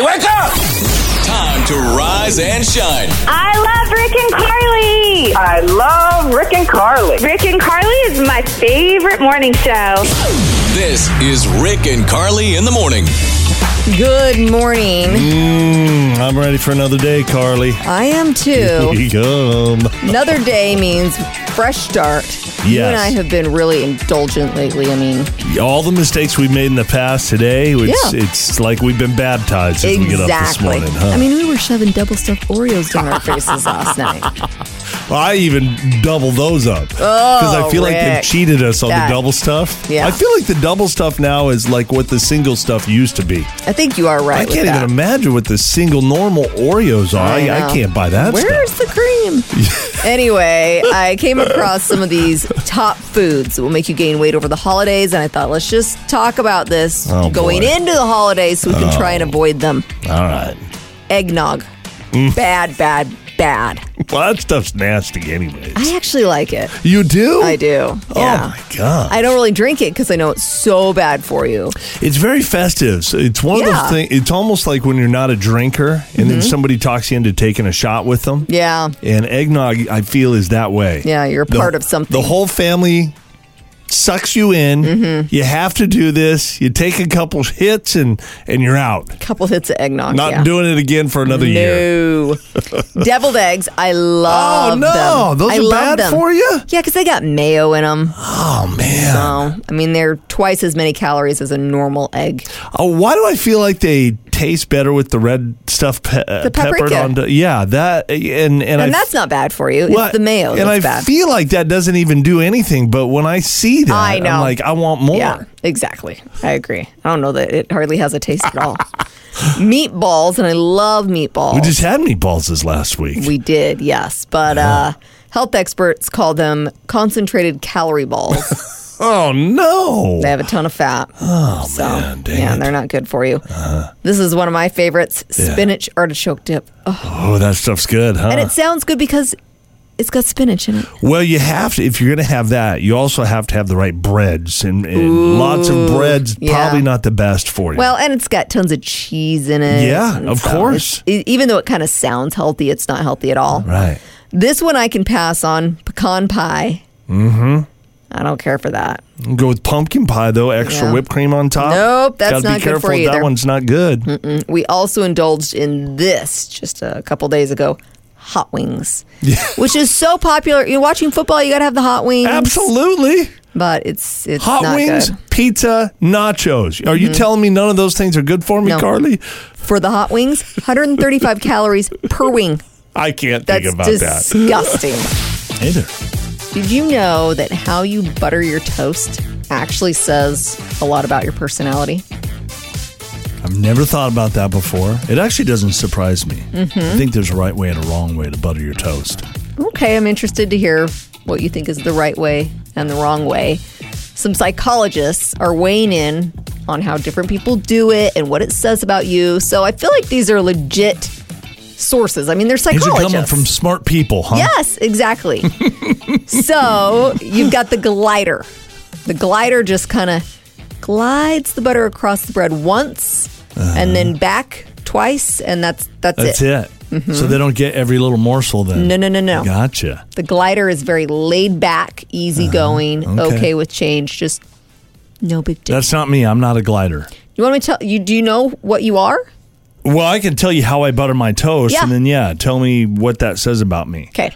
wake up! Time to rise and shine. I love Rick and Carly. I love Rick and Carly. Rick and Carly is my favorite morning show. This is Rick and Carly in the morning. Good morning. Mm, I'm ready for another day, Carly. I am too. Yum. Another day means fresh start. You Yes. and I have been really indulgent lately. I mean, All the mistakes we made in the past today, it's, Yeah. it's like we've been baptized as we get up this exactly. morning, huh? I mean, we were shoving double stuffed Oreos down our faces last night. I even double those up because I feel like they've Oh, Rick. cheated us on That- the double stuff. Yeah. I feel like the double stuff now is like what the single stuff used to be. I think you are right. I with can't that. even imagine what the single normal Oreos are. I, I, know. can't buy that Where's stuff. the cream? anyway, I came across some of these top foods that will make you gain weight over the holidays, and I thought let's just talk about this Oh, going boy. Oh. into the holidays so we can try and avoid them. All right. Eggnog, Mm. bad, bad, bad. Well, that stuff's nasty, anyways. I actually like it. You do? I do. Oh, yeah. my God. I don't really drink it because I know it's so bad for you. It's very festive. So It's one of Yeah. Mm-hmm. those things. It's almost like when you're not a drinker, and then somebody talks you into taking a shot with them. Yeah. And eggnog, I feel, is that way. Yeah, you're a The- part of something. The whole family sucks you in. Mm-hmm. You have to do this. You take a couple hits, and and you're out. Couple hits of eggnog. Not yeah. doing it again for another year. No. Deviled eggs. I love Oh, no. them. Those I are love bad them. for you? Yeah, because they got mayo in them. Oh man. Oh, I mean, they're twice as many calories as a normal egg. Oh, why do I feel like they taste better with the red stuff pe- uh, The peppered paprika. onto? Yeah, that and and, I And that's not bad for you. Well, It's the mayo And that's I bad. feel like that doesn't even do anything. But when I see that, I know. am like, I want more. Yeah, exactly. I agree. I don't know that it hardly has a taste at all. meatballs, and I love meatballs. We just had meatballs this last week. We did, yes. But uh, health experts call them concentrated calorie balls. oh no! they have a ton of fat. Oh, so, man, dang yeah, it. Uh-huh. they're not good for you. This is one of my favorites spinach artichoke dip. Ugh. oh, that stuff's good, huh? And it sounds good because it's got spinach in it. well, you have to if you're going to have that. You also have to have the right breads, and, and lots of breads yeah. probably not the best for you. Well, and it's got tons of cheese in it. Yeah, and of so course. it's- e- Even though it kind of sounds healthy, it's not healthy at all. right? This one I can pass on pecan pie. Mm-hmm. I don't care for that. Go with pumpkin pie though. Extra Yeah. whipped cream on top. Nope, that's Gotta not be good for careful. you that either. one's not good. We also indulged in this just a couple days ago hot wings, which is so popular. You're watching football, you got to have the hot wings. Absolutely. But it's, it's Hot not wings, good. Mm-hmm. pizza, nachos. Are you telling me none of those things are good for me, No. Carly? For the hot wings, 135 calories per wing. I can't That's think about that. disgusting. Either. Did you know that how you butter your toast actually says a lot about your personality? I've never thought about that before. It actually doesn't surprise me. Mm-hmm. I think there's a right way and a wrong way to butter your toast. Okay, I'm interested to hear what you think is the right way and the wrong way. Some psychologists are weighing in on how different people do it and what it says about you. So I feel like these are legit sources. I mean, they're These are psychologists. coming from smart people, huh? Yes, exactly. so you've got the glider. The glider just kind of glides the butter across the bread once and then back twice, and that's that's, Uh-huh. That's it. it. So they don't get every little morsel then. Mm-hmm. No, no, no, no. Gotcha. The glider is very laid back, easygoing, Uh-huh. Okay. okay. with change, just no big deal. That's not me. I'm not a glider. you want me to tell you? Do you know what you are? Well, I can tell you how I butter my toast, Yeah. and then yeah, tell me what that says about me. Okay.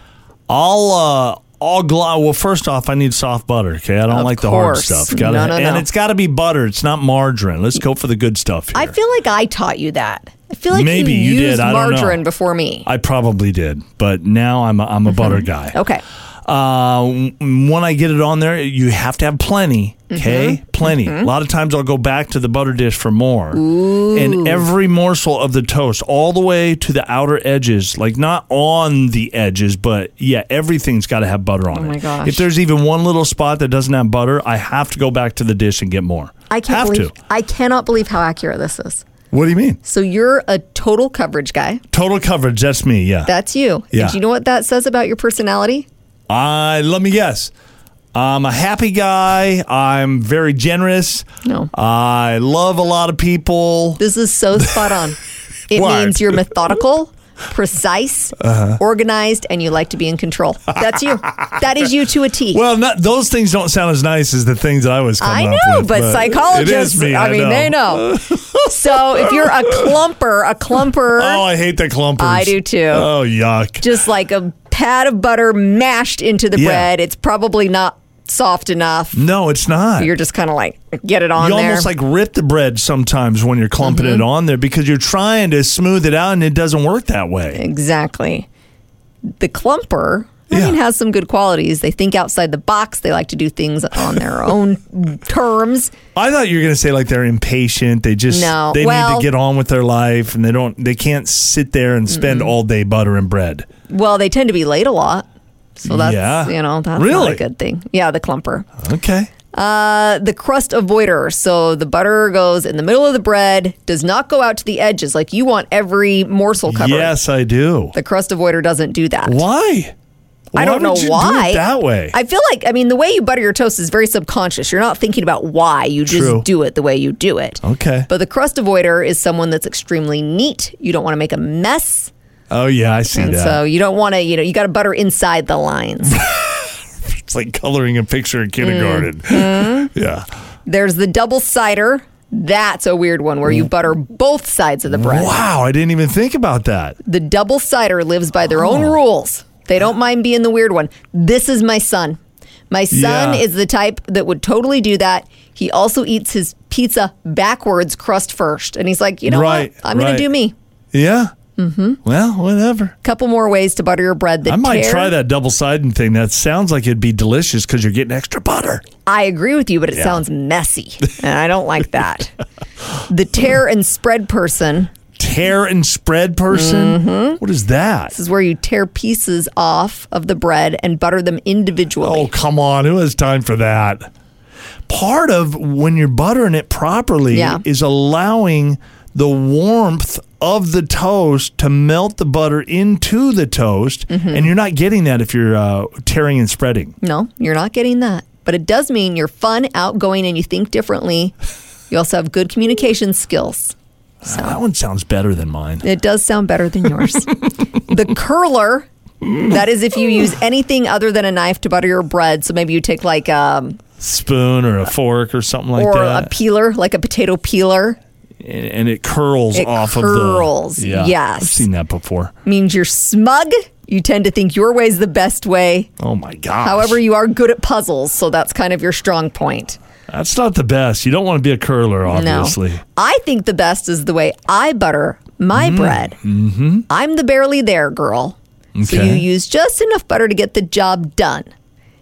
I'll uh I'll gla- well first off I need soft butter, okay? I don't Of like the hard course. stuff. Gotta, No, no, and no. it's gotta be butter. It's not margarine. Let's go for the good stuff here. I feel like I taught you that. I feel like Maybe you, you did, used I don't know. margarine before me. I probably did, but now I'm a, I'm a butter guy. Mm-hmm. Okay. Uh, w- when I get it on there, you have to have plenty. Mm-hmm. Okay, plenty. A lot of times I'll go back to the butter dish for more. And every morsel of the toast, all the way to the outer edges, like not on the edges, but yeah, everything's got to have butter on it. Oh my gosh. If there's even one little spot that doesn't have butter, I have to go back to the dish and get more. I can't have believe to. I cannot believe how accurate this is. What do you mean? So you're a total coverage guy. Total coverage. That's me. Yeah. That's you. Yeah. And you know what that says about your personality? I let me guess. I'm a happy guy. I'm very generous. No. I love a lot of people. This is so spot on. It What? means you're methodical, precise, Uh-huh. organized, and you like to be in control. That's you. that is you to a T. Well, not, those things don't sound as nice as the things that I was I coming know, up with. but, it psychologists, is me, I, mean, they know. so if you're a clumper, a clumper, Oh, I hate the clumpers. I do too. Oh, yuck. just like a pat of butter mashed into the Yeah. bread, it's probably not soft enough. No, it's not. You're just kind of like, get it on you there. Mm-hmm. almost like rip the bread sometimes when you're clumping it on there because you're trying to smooth it out and it doesn't work that way. Exactly. The clumper, I Yeah. mean, has some good qualities. They think outside the box. They like to do things on their own terms. I thought you were going to say like they're impatient. They just No, they well- need to get on with their life and they don't they can't sit there and spend all day buttering bread. Well, they tend to be late a lot. So that's, Yeah. you know, that's not Really? a good thing. Yeah, the clumper. Okay. Uh, the crust avoider. So the butter goes in the middle of the bread, does not go out to the edges. Like you want every morsel covered. Yes, I do. The crust avoider doesn't do that. Why? I don't would know you do why. it that way. I feel like I mean the way you butter your toast is very subconscious. You're not thinking about why. You just True. do it the way you do it. okay. But the crust avoider is someone that's extremely neat. You don't want to make a mess. oh yeah, I see And that. so you don't want to, you know, you got to butter inside the lines. it's like coloring a picture in kindergarten. Mm. Mm-hmm. yeah. There's the double cider. That's a weird one where you Mm. butter both sides of the bread. Wow, I didn't even think about that. The double cider lives by their Oh. own rules. They don't mind being the weird one. This is my son. My son Yeah. is the type that would totally do that. He also eats his pizza backwards, crust first. And he's like, you know Right, what? I'm going right. to do me. Yeah. Mm-hmm. Well, whatever. Couple more ways to butter your bread. That I might tear- try that double sided thing. That sounds like it'd be delicious because you're getting extra butter. I agree with you, but it Yeah. sounds messy, and I don't like that. the tear and spread person Tear and spread person. Mm-hmm. What is that? this is where you tear pieces off of the bread and butter them individually. Oh, come on. Who has time for that? Part of when you're buttering it properly Yeah. is allowing the warmth of the toast to melt the butter into the toast. Mm-hmm. And you're not getting that if you're uh, tearing and spreading. No, you're not getting that, but it does mean you're fun, outgoing, and you think differently. You also have good communication skills. That one sounds better than mine. It does sound better than yours. the curler. That is if you use anything other than a knife to butter your bread. So maybe you take like um, Spoon or a fork or something like or that. a peeler, like a potato peeler. and, and it curls It off curls, of the. yes. I've seen that before. means you're smug. You tend to think your way's the best way. Oh my gosh. However, you are good at puzzles, so that's kind of your strong point. that's not the best. You don't want to be a curler, obviously. Mm. No. I think the best is the way I butter my bread. Mm-hmm. I'm the barely there girl. So Okay. you use just enough butter to get the job done.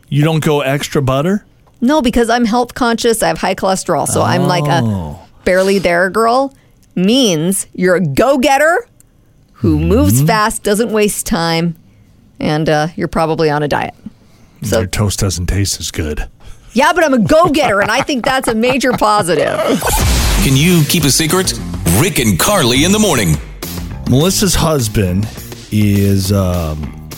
You don't go extra butter. No, because I'm health conscious, I have high cholesterol, so I'm like Oh. a barely there girl means you're a go getter who moves Mm-hmm. fast, doesn't waste time, and uh, you're probably on a diet. So- Your toast doesn't taste as good. Yeah, but I'm a go getter, and I think that's a major positive. Can you keep a secret? Rick and Carly in the morning. Melissa's husband is. Um,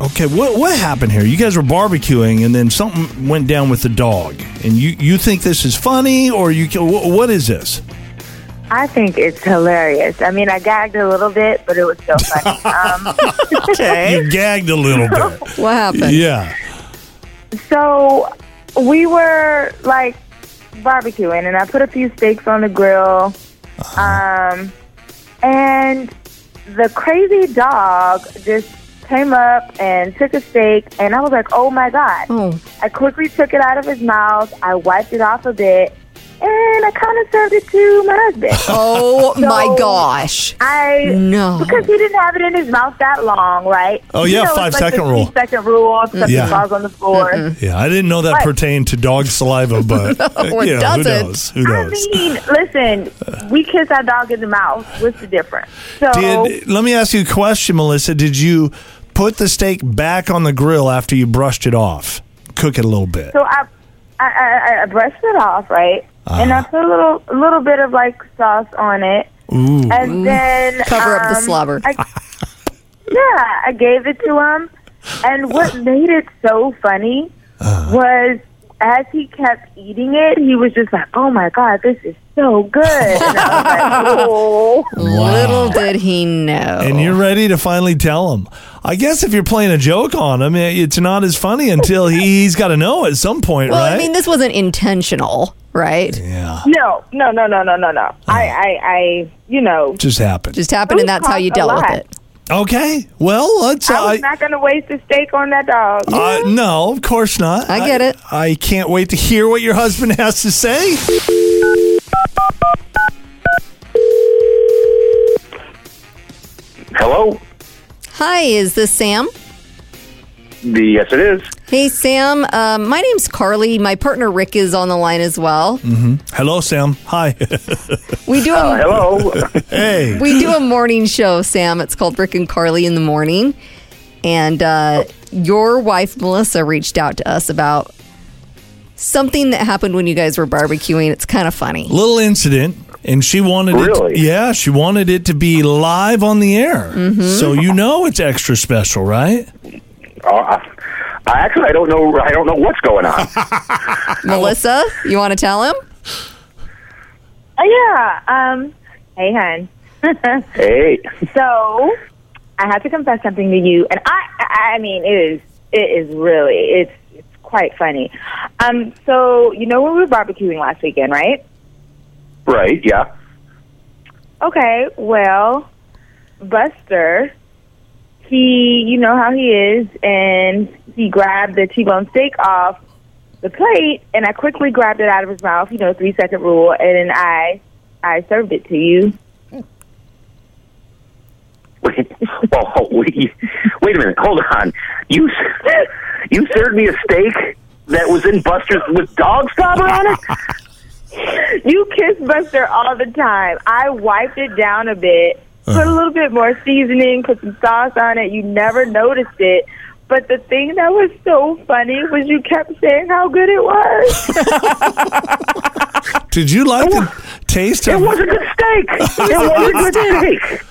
okay, what what happened here? You guys were barbecuing, and then something went down with the dog. And you you think this is funny, or you wh- what is this? I think it's hilarious. I mean, I gagged a little bit, but it was so funny. um, You gagged a little bit. What happened? yeah. so we were like barbecuing, and I put a few steaks on the grill. Uh-huh. Um, and the crazy dog just came up and took a steak, and I was like, oh my God. Oh, I quickly took it out of his mouth, I wiped it off a bit, and I kind of served it to my husband. oh my No. gosh. I No. because he didn't have it in his mouth that long, right? Oh, yeah, five second rule. Five second rule. If something Yeah. falls on the floor. Yeah, I didn't know that Right. pertained to dog saliva, but No, it yeah, doesn't. who knows? Who I knows? mean, listen, we kiss our dog in the mouth. What's the difference? So Did let me ask you a question, Melissa? Did you put the steak back on the grill after you brushed it off? Cook it a little bit. so I, I, I, I brushed it off, right? And Ah. I put a little, a little bit of like sauce on it, Ooh, and then Cover up the um, slobber. I, yeah, I gave it to him, and what made it so funny Uh-huh. was as he kept eating it, he was just like, "Oh my god, this is so good!" And I was like, "Oh." know. Little did he know. And Oh. you're ready to finally tell him. I guess if you're playing a joke on him, it- it's not as funny until he, he's got to know at some point, well, right? I mean, this wasn't intentional, right? yeah, No, no, no, no, no, no, no. I, I, I, you know, just happened. Just happened, and that's how you Who's dealt with caught a it. okay, well, let's. I was I- not going to waste a steak on that dog. Uh, no, of course not. I get it. I can't wait to hear what your husband has to say. Hello. Hi, is this Sam? The yes, it is. Hey, Sam. Um, my name's Carly. My partner Rick is on the line as well. Mm. Hello, Sam. Hi. We do Uh, Oh, a, hello. hey. we do a morning show, Sam. It's called Rick and Carly in the morning. And uh, your wife Melissa reached out to us about something that happened when you guys were barbecuing. It's kind of funny. Little incident, and she wanted it. Really? Yeah, she wanted it to be live on the air. Mm-hmm. So you know it's extra special, right? Uh, I, I actually, I don't know. I don't know what's going on. Melissa, you want to tell him? Uh, yeah. Um. Hey, hon. hey. So, I have to confess something to you, and I, I I mean, it is, it is really, it's, it's quite funny. Um. So, you know, when we were barbecuing last weekend, right? Right. Yeah. Okay. Well, Buster, he, you know how he is, and he grabbed the T-bone steak off the plate, and I quickly grabbed it out of his mouth. You know, three second rule, and then I, I served it to you. Wait, oh, oh, wait, wait a minute. Hold on. You s- you served me a steak that was in Buster's with dog slobber on it. You kiss Buster all the time. I wiped it down a bit, put a little bit more seasoning, put some sauce on it. You never noticed it. But the thing that was so funny was you kept saying how good it was. Did you like the taste It of was a good steak. It was a good steak.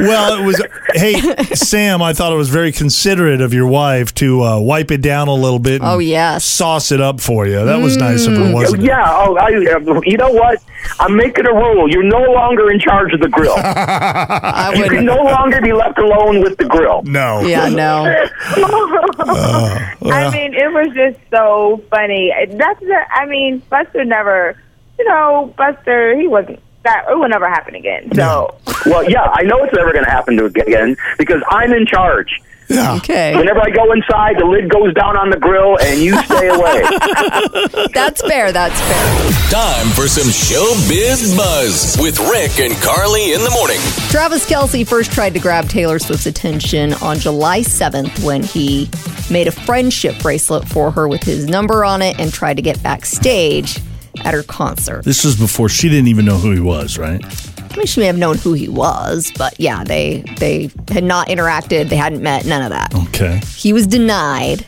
Well, it was. Hey, Sam, I thought it was very considerate of your wife to uh, wipe it down a little bit. and Oh, yes. Mm. sauce it up for you. That was nice of her, wasn't it? Yeah. Oh, I, you know what? I'm making a rule. You're no longer in charge of the grill. I You can would. no longer be left alone with the grill. No. Yeah, no. I mean, it was just so funny. That's the, I mean, Buster never, you know, Buster, he wasn't that, it will never happen again. So, Well, yeah, I know it's never going to happen to again because I'm in charge. Yeah. Okay. Whenever I go inside, the lid goes down on the grill, and you stay away. That's fair. That's fair. Time for some showbiz buzz with Rick and Carly in the morning. Travis Kelsey first tried to grab Taylor Swift's attention on July 7th when he made a friendship bracelet for her with his number on it and tried to get backstage at her concert. This was before she didn't even know who he was, right? I mean, she may have known who he was, but yeah, they they had not interacted, they hadn't met, none of that. Okay. He was denied.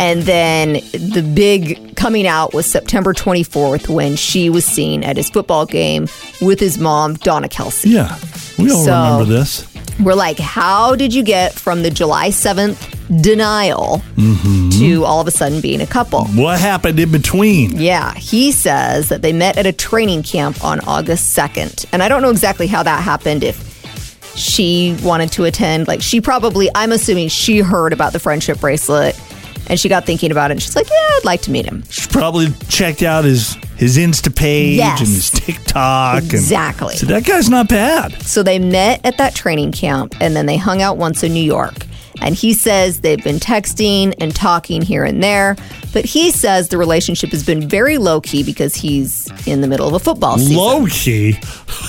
And then the big coming out was September 24th when she was seen at his football game with his mom, Donna Kelsey. Yeah. We all So- remember this. We're like, how did you get from the July 7th denial to all of a sudden being a couple? What happened in between? Yeah, he says that they met at a training camp on August 2nd. And I don't know exactly how that happened if she wanted to attend. Like, she probably, I'm assuming she heard about the friendship bracelet and she got thinking about it and she's like, yeah, I'd like to meet him. She probably checked out his his Insta page Yes. and his TikTok. and- Exactly. so that guy's not bad. So they met at that training camp and then they hung out once in New York. And he says they've been texting and talking here and there, but he says the relationship has been very low key because he's in the middle of a football season. Low key.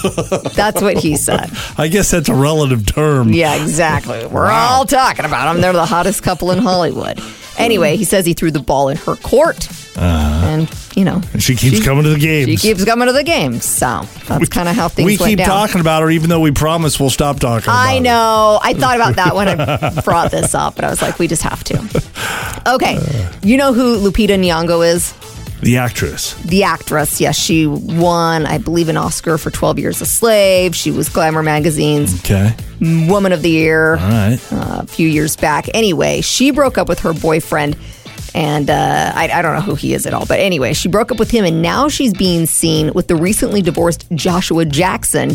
That's what he said. I guess that's a relative term. Yeah, exactly. We're all talking about them. They're the hottest couple in Hollywood. Anyway, he says he threw the ball in her court. And, you know, Uh-huh. And she keeps coming to the games. she keeps coming to the games. So that's kind of how things we went keep down. talking about her, even though we promise we'll stop talking. About I her. know. I thought about that when I brought this up, but I was like, we just have to. Okay. Uh. You know who Lupita Nyongo is? the actress. The actress. Yes, she won, I believe, an Oscar for 12 Years a Slave. She was Glamour Magazine's Okay, Woman of the Year all right. uh, a few years back. Anyway, she broke up with her boyfriend, and uh, I, I don't know who he is at all. But anyway, she broke up with him, and now she's being seen with the recently divorced Joshua Jackson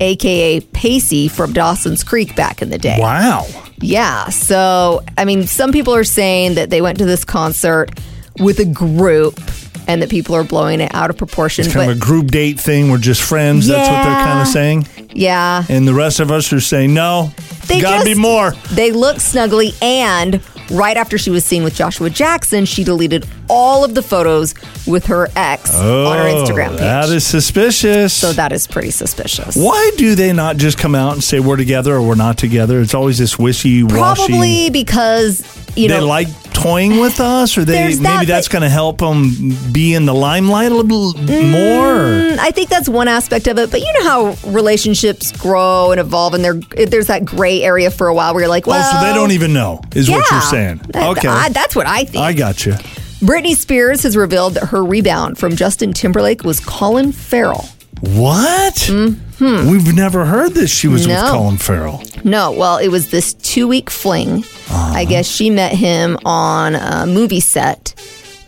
aka Pacey from Dawson's Creek back in the day. Wow. Yeah. So, I mean, some people are saying that they went to this concert with a group and that people are blowing it out of proportion. Kind but of a group date thing. We're just friends. That's what they're kind of Yeah. saying. yeah, And the rest of us are saying, no, They gotta just- be more. they look snuggly. And right after she was seen with Joshua Jackson, she deleted all of the photos with her ex on her Oh, Instagram page. That is suspicious. so that is pretty suspicious. Why do they not just come out and say we're together or we're not together? It's always this wishy washy. Probably because you they know like toying with us, or they There's maybe that, but- that's going to help them be in the limelight a little more. Mm, I think that's one aspect of it, but you know how relationships grow and evolve, and there there's that gray area for a while where you're like, well, oh, so they don't even know is what you're yeah. saying. That- Okay, I- that's what I think. I got you. Britney Spears has revealed that her rebound from Justin Timberlake was Colin Farrell. What? We've never heard this. She was with Mm-hmm. No. Colin Farrell. No, well, it was this two week fling. Uh-huh. I guess she met him on a movie set,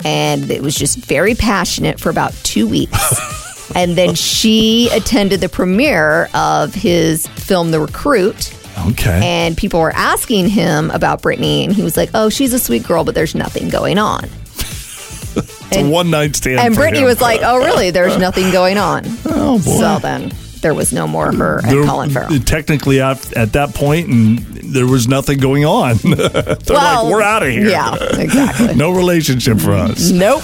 and it was just very passionate for about two weeks. and then she attended the premiere of his film, The Recruit. Okay. and people were asking him about Britney, and he was like, "Oh, she's a sweet girl, but there's nothing going on." It's a one night stand. And for Britney him. was like, "Oh, really? There's nothing going on." Oh boy. So then there was no more her and There- Colin Farrell. Technically, at, at that point, and there was nothing going on. They're like, we're out of here. Yeah, exactly. No relationship for us. Nope.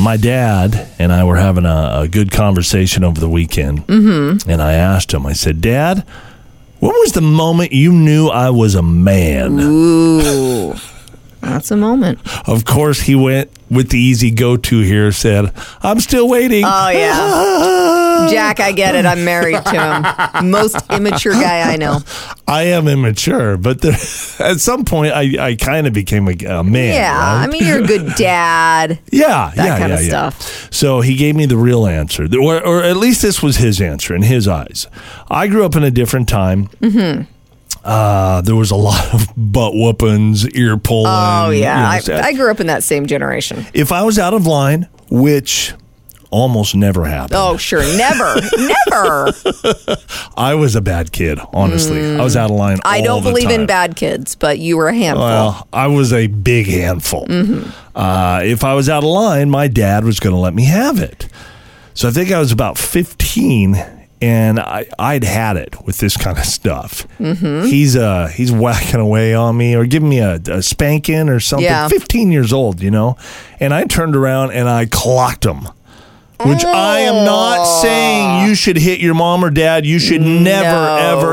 My dad and I were having a, a good conversation over the weekend. Mm-hmm. And I asked him, I said, Dad, when was the moment you knew I was a man? Ooh, that's a moment. Of course, he went with the easy go to here, said, I'm still waiting. Oh yeah, Jack, I get it. I'm married to him. Most immature guy I know. I am immature, but there, at some point, I, I kind of became a, a man. Yeah, right? I mean you're a good dad. Yeah, That yeah, kind yeah, of yeah. stuff. So he gave me the real answer, or, or at least this was his answer in his eyes. I grew up in a different time. Mm-hmm. Uh, there was a lot of butt whoopings, ear pulling. Oh yeah, I, you know, I grew up in that same generation. if I was out of line, which almost never happened. Oh sure, never, never. I was a bad kid, honestly. I was out of line. I all don't the believe in time. bad kids, but you were a handful. Mm-hmm. Well, I was a big handful. Uh, if I was out of line, my dad was going to let me have it. So I think I was about 15, and I, I'd had it with this kind of stuff. Mm-hmm. He's uh, he's whacking away on me or giving me a, a spanking or something. Yeah. 15 years old, you know? And I turned around and I clocked him. Which I am not Oh. saying you should hit your mom or dad. You should Mm, never,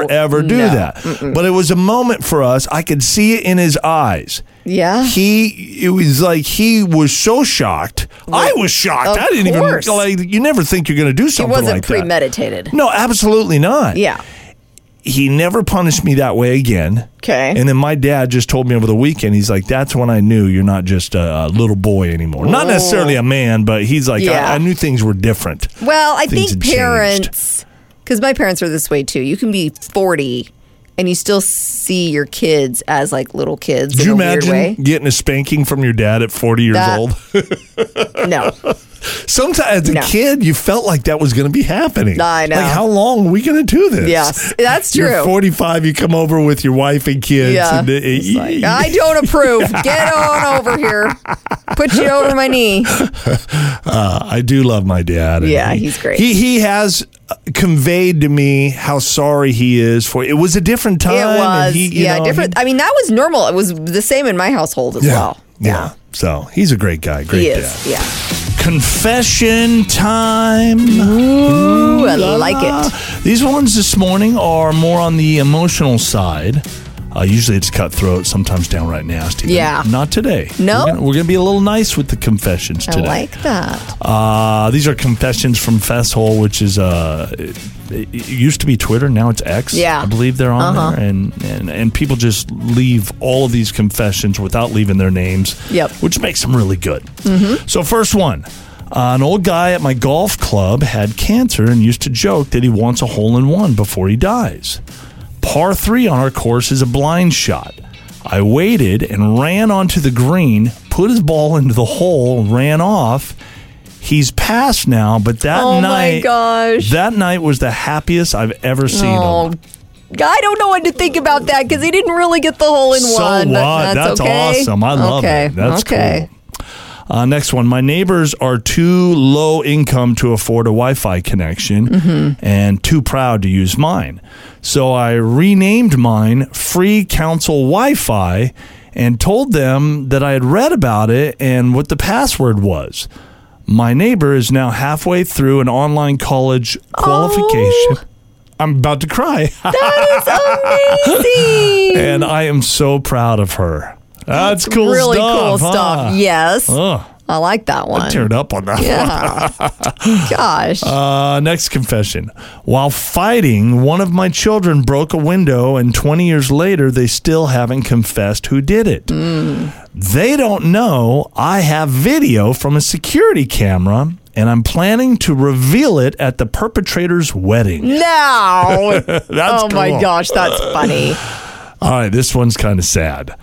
ever, ever do that. But it was a moment for us. I could see it in his eyes. Yeah. He, it was like he was so shocked. I was shocked. Of I didn't course. even, like, you never think you're going to do it something wasn't like that. premeditated. No, absolutely not. Yeah. He never punished me that way again. Okay. And then my dad just told me over the weekend, he's like, that's when I knew you're not just a, a little boy anymore. Not necessarily a man, but he's like, Yeah. I, I knew things were different. Well, I Things had think changed. parents, because my parents are this way too. You can be forty and you still see your kids as like little kids. Did in you a Weird imagine way. getting a spanking from your dad at 40 years That- old? No, Sometimes as a No. kid, you felt like that was going to be happening. I know. Like, how long are we going to do this? Yes, that's You're true. 45, you come over with your wife and kids. yeah. And, uh, It's y- like, I don't approve. Get on over here. Put you over my knee. uh, I do love my dad. and Yeah, he- he's great. He he has uh, conveyed to me how sorry he is for it was a different time. It and was he, you yeah know, different. he- I mean, that was normal. It was the same in my household as yeah, well. yeah. So he's a great guy. Great He dad. is. Yeah. Confession time. Ooh, I like it. These ones this morning are more on the emotional side. Uh, usually it's cutthroat, sometimes downright nasty. but Yeah. Not today. No? We're gonna- We're going to be a little nice with the confessions I today. like that. Uh, these are confessions from Festhole, which is uh, it, it used to be Twitter, now it's X. Yeah. Uh-huh. I believe they're on there, and, and and people just leave all of these confessions without leaving their names. Yep. which makes them really good. Mm-hmm. So first one. Uh, an old guy at my golf club had cancer and used to joke that he wants a hole in one before he dies. Par three on our course is a blind shot. I waited and ran onto the green, put his ball into the hole, ran off. He's passed now, but that Oh my night, gosh. that night was the happiest I've ever seen him. Oh, I don't know what to think about that because he didn't really get the hole in So one. what? But That's that's, okay. awesome. I love okay. it. That's okay. cool. Uh, next one. My neighbors are too low income to afford a Wi Fi connection Mm-hmm. and too proud to use mine. So I renamed mine Free Council Wi Fi and told them that I had read about it and what the password was. My neighbor is now halfway through an online college Oh. qualification. I'm about to cry. See? and I am so proud of her. That's, cool really stuff. cool huh? stuff. Yes, Ugh. I like that one. teared up on that one. Yeah. Gosh. Uh, next confession. While fighting, one of my children broke a window, and 20 years later, they still haven't confessed who did it. Mm. They don't know I have video from a security camera, and I'm planning to reveal it at the perpetrator's wedding. now. That's oh my cool. gosh, that's funny. All right, this one's kind of sad.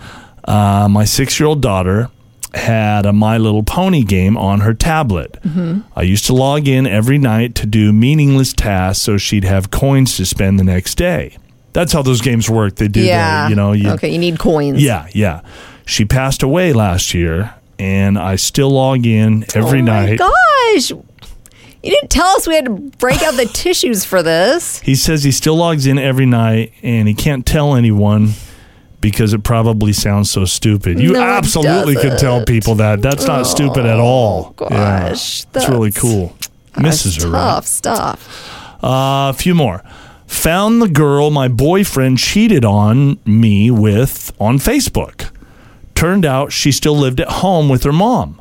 Uh, my six year old daughter had a My Little Pony game on her tablet. Mm-hmm. I used to log in every night to do meaningless tasks so she'd have coins to spend the next day. That's how those games work. They do Yeah. that, you know. You, okay, you need coins. Yeah, yeah. She passed away last year, and I still log in every oh night. My gosh. You didn't tell us we had to break out the tissues for this. He says he still logs in every night and he can't tell anyone because it probably sounds so stupid. You No, it absolutely could tell people that. That's not stupid at all. Oh, gosh, it's really that's- cool. Misses That's her. right? Tough stuff. Uh, a few more. Found the girl my boyfriend cheated on me with on Facebook. Turned out she still lived at home with her mom.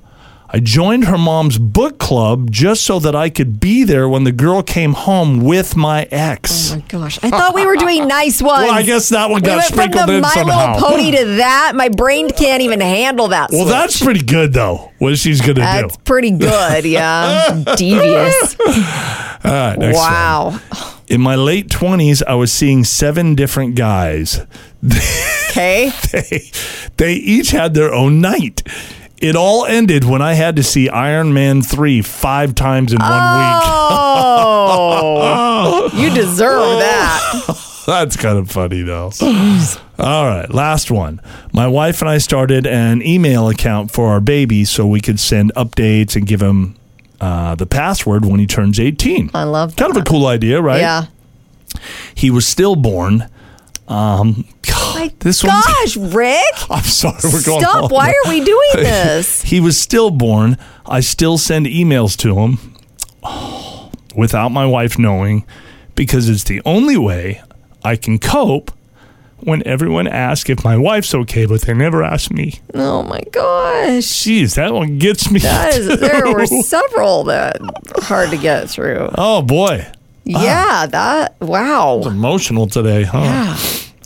I joined her mom's book club just so that I could be there when the girl came home with my ex. Oh My gosh, I thought we were doing nice ones. Well, I guess that one we got went sprinkled from the in My somehow. Little Pony to that. My brain can't even handle that. well, switch. that's pretty good though. What she's gonna that's do? pretty good. Yeah, devious. All right, next one. Wow. In my late twenties, I was seeing seven different guys. Okay. They, they each had their own night. It all ended when I had to see Iron Man three five times in one Oh, week. you deserve that. that's kind of funny though. All right, last one. My wife and I started an email account for our baby so we could send updates and give him uh, the password when he turns eighteen. I love that. Kind of a cool idea, right? Yeah. He was stillborn. Um, My this one's- gosh, Rick. I'm sorry, we're going. Stop. all- Why are we doing this? He was stillborn. I still send emails to him oh, without my wife knowing because it's the only way I can cope when everyone asks if my wife's okay, but they never ask me. Oh my gosh. Jeez, that one gets me. That is, there too. were several that were hard to get through. oh boy, Yeah, that wow. emotional today, huh? Yeah.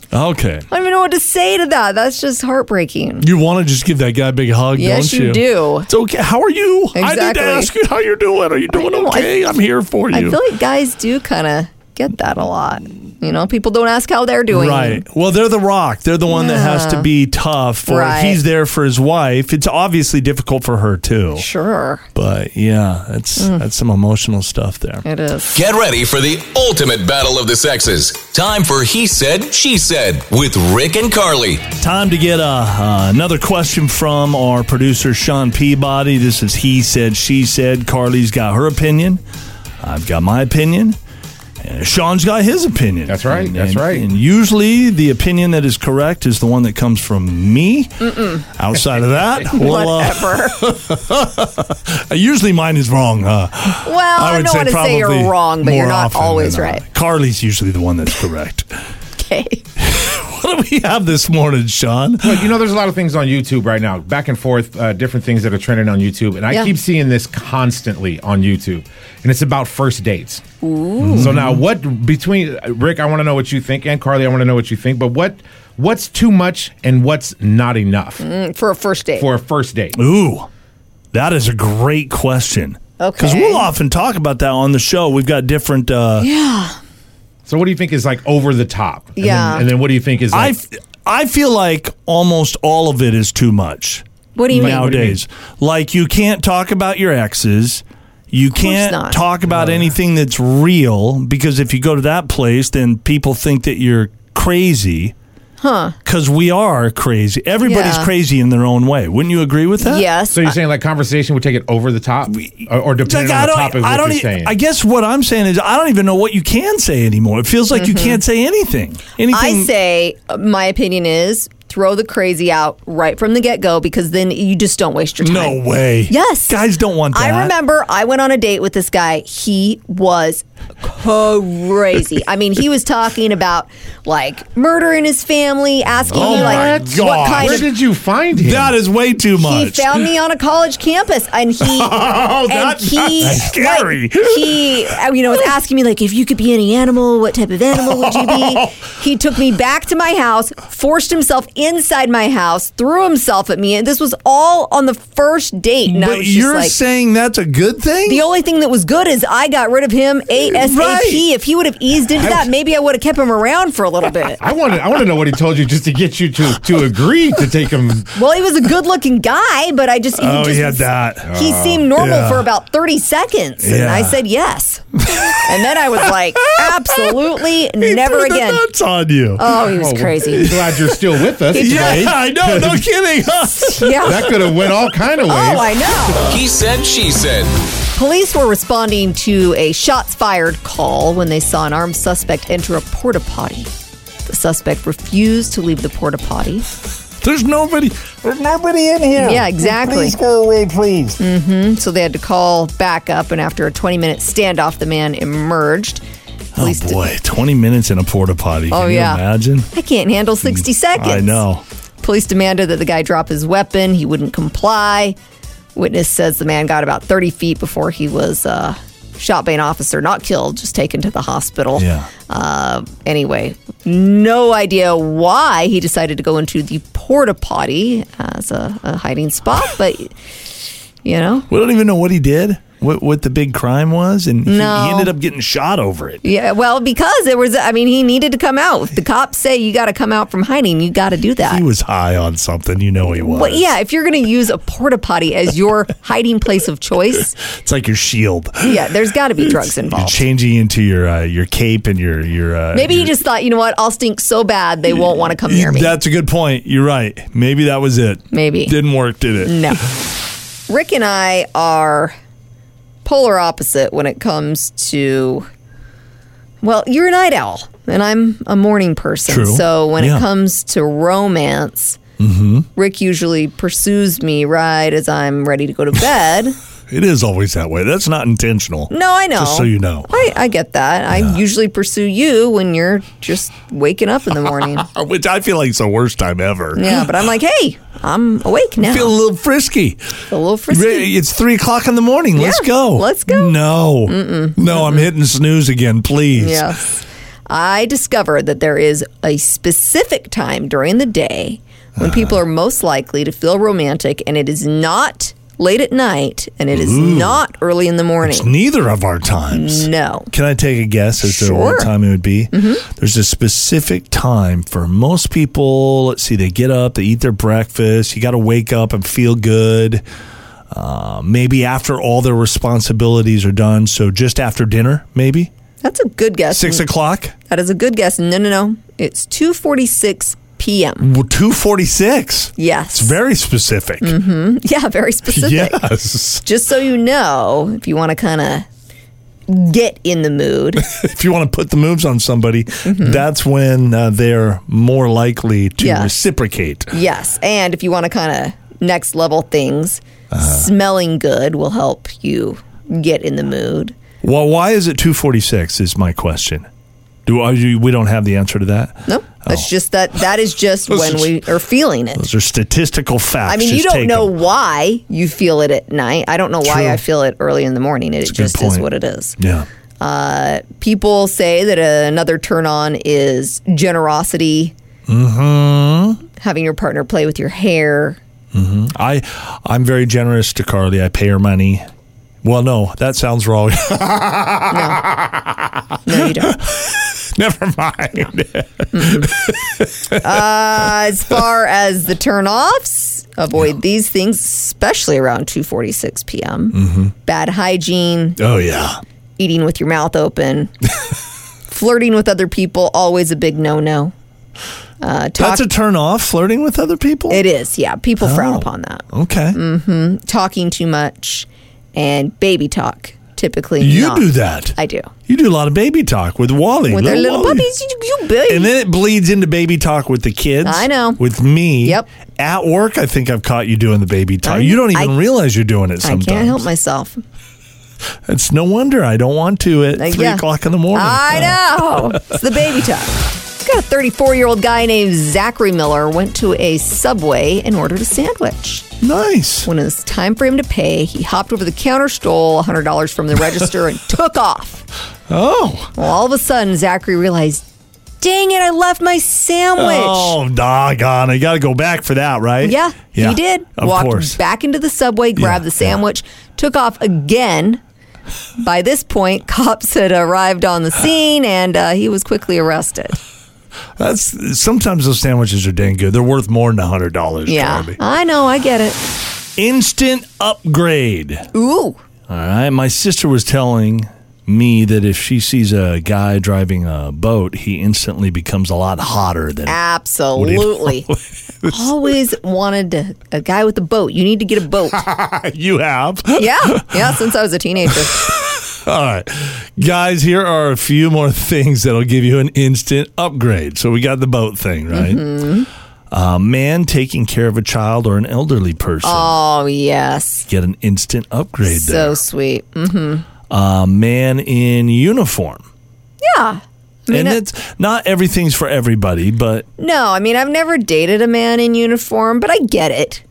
Okay. I don't even know what to say to that. That's just heartbreaking. You want to just give that guy a big hug, Yes, don't you? you do. It's okay. How are you? I need to Exactly. ask you how you're doing. Are you doing know. I- okay? I, am here for you. I feel like guys do kind of get that a lot. You know, people don't ask how they're doing. Right. Well, they're the rock. They're the one that has to Yeah. be tough. Or Right. he's there for his wife. It's obviously difficult for her too. Sure, But yeah, that's Mm. that's some emotional stuff there. it is. Get ready for the ultimate battle of the sexes. Time for He Said, She Said with Rick and Carly. Time to get uh, uh, another question from our producer Sean Peabody. This is he said, she said. Carly's got her opinion. I've got my opinion. And Sean's got his opinion. That's right, And- that's and- right. And usually, the opinion that is correct is the one that comes from me. Outside of that, well, uh, Whatever. Usually mine is wrong. Uh, well, I, would don't want to say probably you're wrong, but more you're not often always than right. not. Carly's usually the one that's correct. Okay. what do we have this morning, Sean? But you know, there's a lot of things on YouTube right now, back and forth, uh, different things that are trending on YouTube, and I Yeah. keep seeing this constantly on YouTube, and it's about first dates. So now, what between Rick? I want to know what you think, and Carly, I want to know what you think. But what what's too much and what's not enough For a first date. for a first date? Ooh, that is a great question. Because Okay. we'll often talk about that on the show. We've got different. Uh, yeah. So what do you think is like over the top? And Yeah. Then, and then what do you think is I, like, f- I feel like almost all of it is too much What do you mean? nowadays. like you can't talk about your exes. You can't not. talk about anything that's real because if you go to that place, then people think that you're crazy. Huh. Because we are crazy. Everybody's Yeah. crazy in their own way. Wouldn't you agree with that? Yes. So you're saying like conversation would take it over the top, or, or It's like, depending I on the don't, topic of I what don't you're e- saying. I guess what I'm saying is I don't even know what you can say anymore. It feels like you can't say anything. Anything. Mm-hmm. I say uh, my opinion is throw the crazy out right from the get go because then you just don't waste your time. No way. Yes. Guys don't want that. I remember I went on a date with this guy. He was crazy. I mean, he was talking about like murder in his family, asking Oh me my like God. what kind Where of did you find him? That is way too he much. Oh, found me on a college campus and he and that- he that's scary. like, he uh, you know was asking me like if you could be any animal what type of animal would you be Oh. he took me back to my house forced himself inside my house threw himself at me and this was all on the first date and I but was just you're like saying that's a good thing? the only thing that was good is I got rid of him ASAP. Right. If he would have eased into that, maybe I would have kept him around for a little bit. I want to. I want to know what he told you just to get you to to agree to take him. Well, he was a good looking guy, but I just. He Oh, just he had that. Oh, He seemed normal yeah. for about 30 seconds. And I Yeah. said yes. and then I was like, absolutely never Threw the again. nuts on you. Oh, he was I'm crazy. glad you're still with us. today. yeah, I know. No kidding. Yeah. That could have went all kind of ways. Oh, I know. He said, she said. Police were responding to a shots fired call when they saw an armed suspect enter a porta potty. The suspect refused to leave the porta potty. There's nobody. There's nobody in here. Yeah, exactly. Mm-hmm. Please go away, please. So they had to call back up, and after a 20 minute standoff, the man emerged. Oh Police- boy, 20 minutes in a porta potty. Can Oh, you yeah. imagine? Mm, I can't handle 60 seconds. I know. Police demanded that the guy drop his weapon. He wouldn't comply. Witness says the man got about 30 feet before he was uh, shot by an officer, not killed, just taken to the hospital. Yeah. Uh, anyway, no idea why he decided to go into the porta potty as a, a hiding spot, but you know, We don't even know what he did. What what the big crime was, and he, No. he ended up getting shot over it. Yeah, well, because it was, I mean, he needed to come out. If the cops say you got to come out from hiding, you got to do that. He was high on something. You know he was. But yeah, if you're going to use a porta potty as your hiding place of choice, It's like your shield. yeah, there's got to be drugs You're involved. changing into your uh, your cape and your your. Uh, Maybe your, he just thought, you know what, I'll stink so bad they won't want to come near me. That's a good point. You're right. Maybe that was it. Maybe. Mm. didn't work, did it? No. Rick and I are polar opposite when it comes to well, you're a night owl and I'm a morning person. True. So when Yeah. Mm-hmm. it comes to romance, Rick usually pursues me right as I'm ready to go to bed. It is always that way. That's not intentional. no, I know. Just so you know. I, I get that. I usually pursue you when you're just waking up in the morning. Uh, Which I feel like is the worst time ever. yeah, but I'm like, hey, I'm awake now. I feel a little frisky. a little frisky. Re- It's three o'clock in the morning. let's Yeah, go. let's go. No, no, I'm hitting snooze again. Please. Yes. I discovered that there is a specific time during the day Uh-huh. when people are most likely to feel romantic, and it is not late at night and it is not early in the It's morning. neither of our times. No. Can I take a guess as to Sure. Mm-hmm. what time it would be? There's a specific time for most people. Let's see, they get up, they eat their breakfast. You got to wake up and feel good. Uh, maybe after all their responsibilities are done. So just after dinner, maybe That's a good guess. six o'clock, That is a good guess. No, no, no. It's 2:46 p.m. two forty-six. Yes. It's very specific. yeah, very specific. Yes. Just so you know, if you want to kind of get in the mood, if you want to put the moves on somebody, Mm-hmm. that's when uh, they're more likely to Yeah. reciprocate. Yes, and if you want to kind of next level things, Uh-huh. smelling good will help you get in the mood. Well, why is it 246 is my question. Do are you, we don't have the answer to that. No, that's just that. That is just Oh. Those when are- we are feeling it. Those are statistical facts. I mean, you Just don't take know 'em. why you feel it at night. I don't know why True. I feel it early in the morning. It, a good just is point. what it is. Yeah. Uh, people say that another turn on is generosity. Mm-hmm. Having your partner play with your hair. I I'm very generous to Carly. I pay her money. Well, no, that sounds wrong. No, you don't. Never mind. As far as the turnoffs, avoid these things, especially around 2:46 p.m. Mm-hmm. Bad hygiene, oh yeah. eating with your mouth open, flirting with other people, always a big no-no. Uh, talk- That's a turn off flirting with other people? it is, yeah. People frown Oh. upon that. Okay. Talking too much and baby talk, typically. You not. do that. I do. You do a lot of baby talk with Wally. With their little Wally. puppies, you, you baby. And then it bleeds into baby talk with the kids. I know. With me. Yep. At work, I think I've caught you doing the baby talk. I- you don't even I- realize you're doing it I sometimes. can't help myself. It's no wonder I don't want to at Like, three Uh, yeah. o'clock in the morning. Oh. I know. it's the baby talk. Got a 34 year old guy named Zachary Miller went to a subway and ordered a sandwich. Nice. When it was time for him to pay, he hopped over the counter, stole $100 from the register, and took off. Oh. Well, all of a sudden, Zachary realized, dang it, I left my sandwich. Oh, doggone. I got to go back for that, right? Yeah, Yeah, he did. Of Walked course. back into the subway, grabbed the yeah. sandwich, took off again. By this point, cops had arrived on the scene and uh, he was quickly arrested. That's sometimes those sandwiches are dang good. They're worth more than hundred dollars. Yeah, I know, I get it. Instant upgrade. Ooh, All right. My sister was telling me that if she sees a guy driving a boat, he instantly becomes a lot hotter than. Ah. absolutely. Always wanted a, a guy with a boat. You need to get a boat. You have. yeah, yeah, since I was a teenager. All right. Guys, here are a few more things that'll give you an instant upgrade. So we got the boat thing, right? Mm-hmm. A man taking care of a child or an elderly person. Oh, yes. Get an instant upgrade So there. sweet. Mm, A man in uniform. Yeah. and I- it's not everything's for everybody, but No, I mean, I've never dated a man in uniform, but I get it.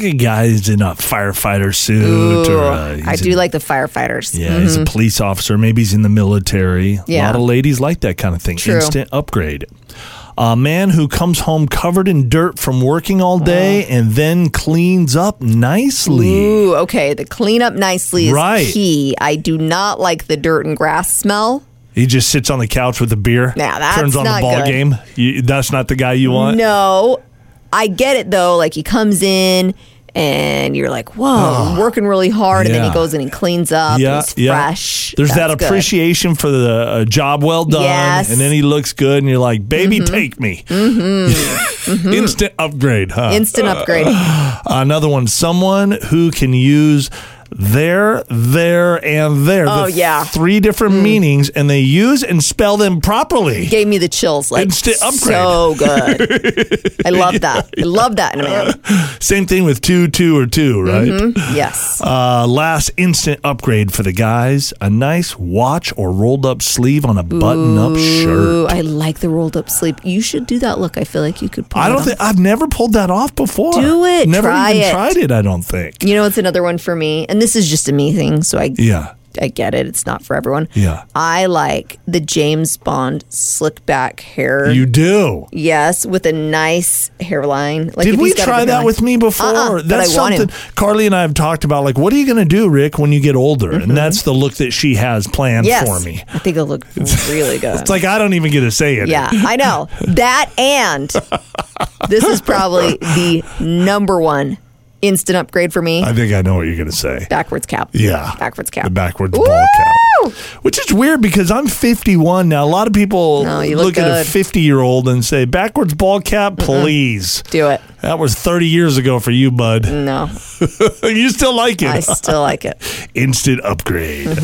a guy's in a firefighter suit or uh, I he's do in- like the firefighters. Yeah, he's a police officer. Maybe he's in the military. A Yeah. lot of ladies like that kind of thing. True. Instant upgrade. A man who comes home covered in dirt from working all Oh. day and then cleans up nicely. Ooh, okay. The clean up nicely is Right. key. I do not like the dirt and grass smell. He just sits on the couch with a beer. Now, that's turns on not the ball good. game. You, that's not the guy you want. No, I get it though. Like he comes in and you're like, whoa, working really hard. And then Ah, yeah. he goes in and cleans up. and it's fresh. There's That's that good. appreciation for the uh, job well done, Yes. and then he looks good, and you're like, "Baby, take me." Mm-hmm. Instant upgrade, huh? Mm-hmm. Instant upgrade. Another one: someone who can use there, there, and there. Oh, the yeah. Mm. three different meanings, and they use and spell them properly. Gave me the chills. Like Instant upgrade. So good. I love that. I love that in a man. Same thing with two, two, or two, right? Mm-hmm. Yes. Uh, last instant upgrade for the guys: a nice watch or rolled up sleeve on a button-up shirt. Ooh, I like the rolled up sleep. You should do that look. I feel like you could. pull I it don't off. think I've never pulled that off before. Do it. Never Try even it. tried it. I don't think. You know, it's another one for me, and this is just a me thing. So I, Yeah. I get it. It's not for everyone. Yeah. I like the James Bond slick back hair. You do. yes, with a nice hairline. Like if Did we he's got a try good that hairline. with me before? Uh-uh, but that's I want something him. Carly and I have talked about. Like, what are you going to do, Rick, when you get older? And that's the look that she has planned Mm-hmm. Yes, for me. I think it'll look really good. It's like I don't even get to say it. yeah, I know that, and this is probably the number one instant upgrade for me. I think I know what you're going to say. backwards cap. Yeah. backwards cap. The backwards ball cap. Woo! Which is weird because I'm 51 now. A lot of people No, you look, look at a good. 50 year old and say, backwards ball cap, please. Do it. That was 30 years ago for you, bud. No, you still like it. I still like it. Instant upgrade.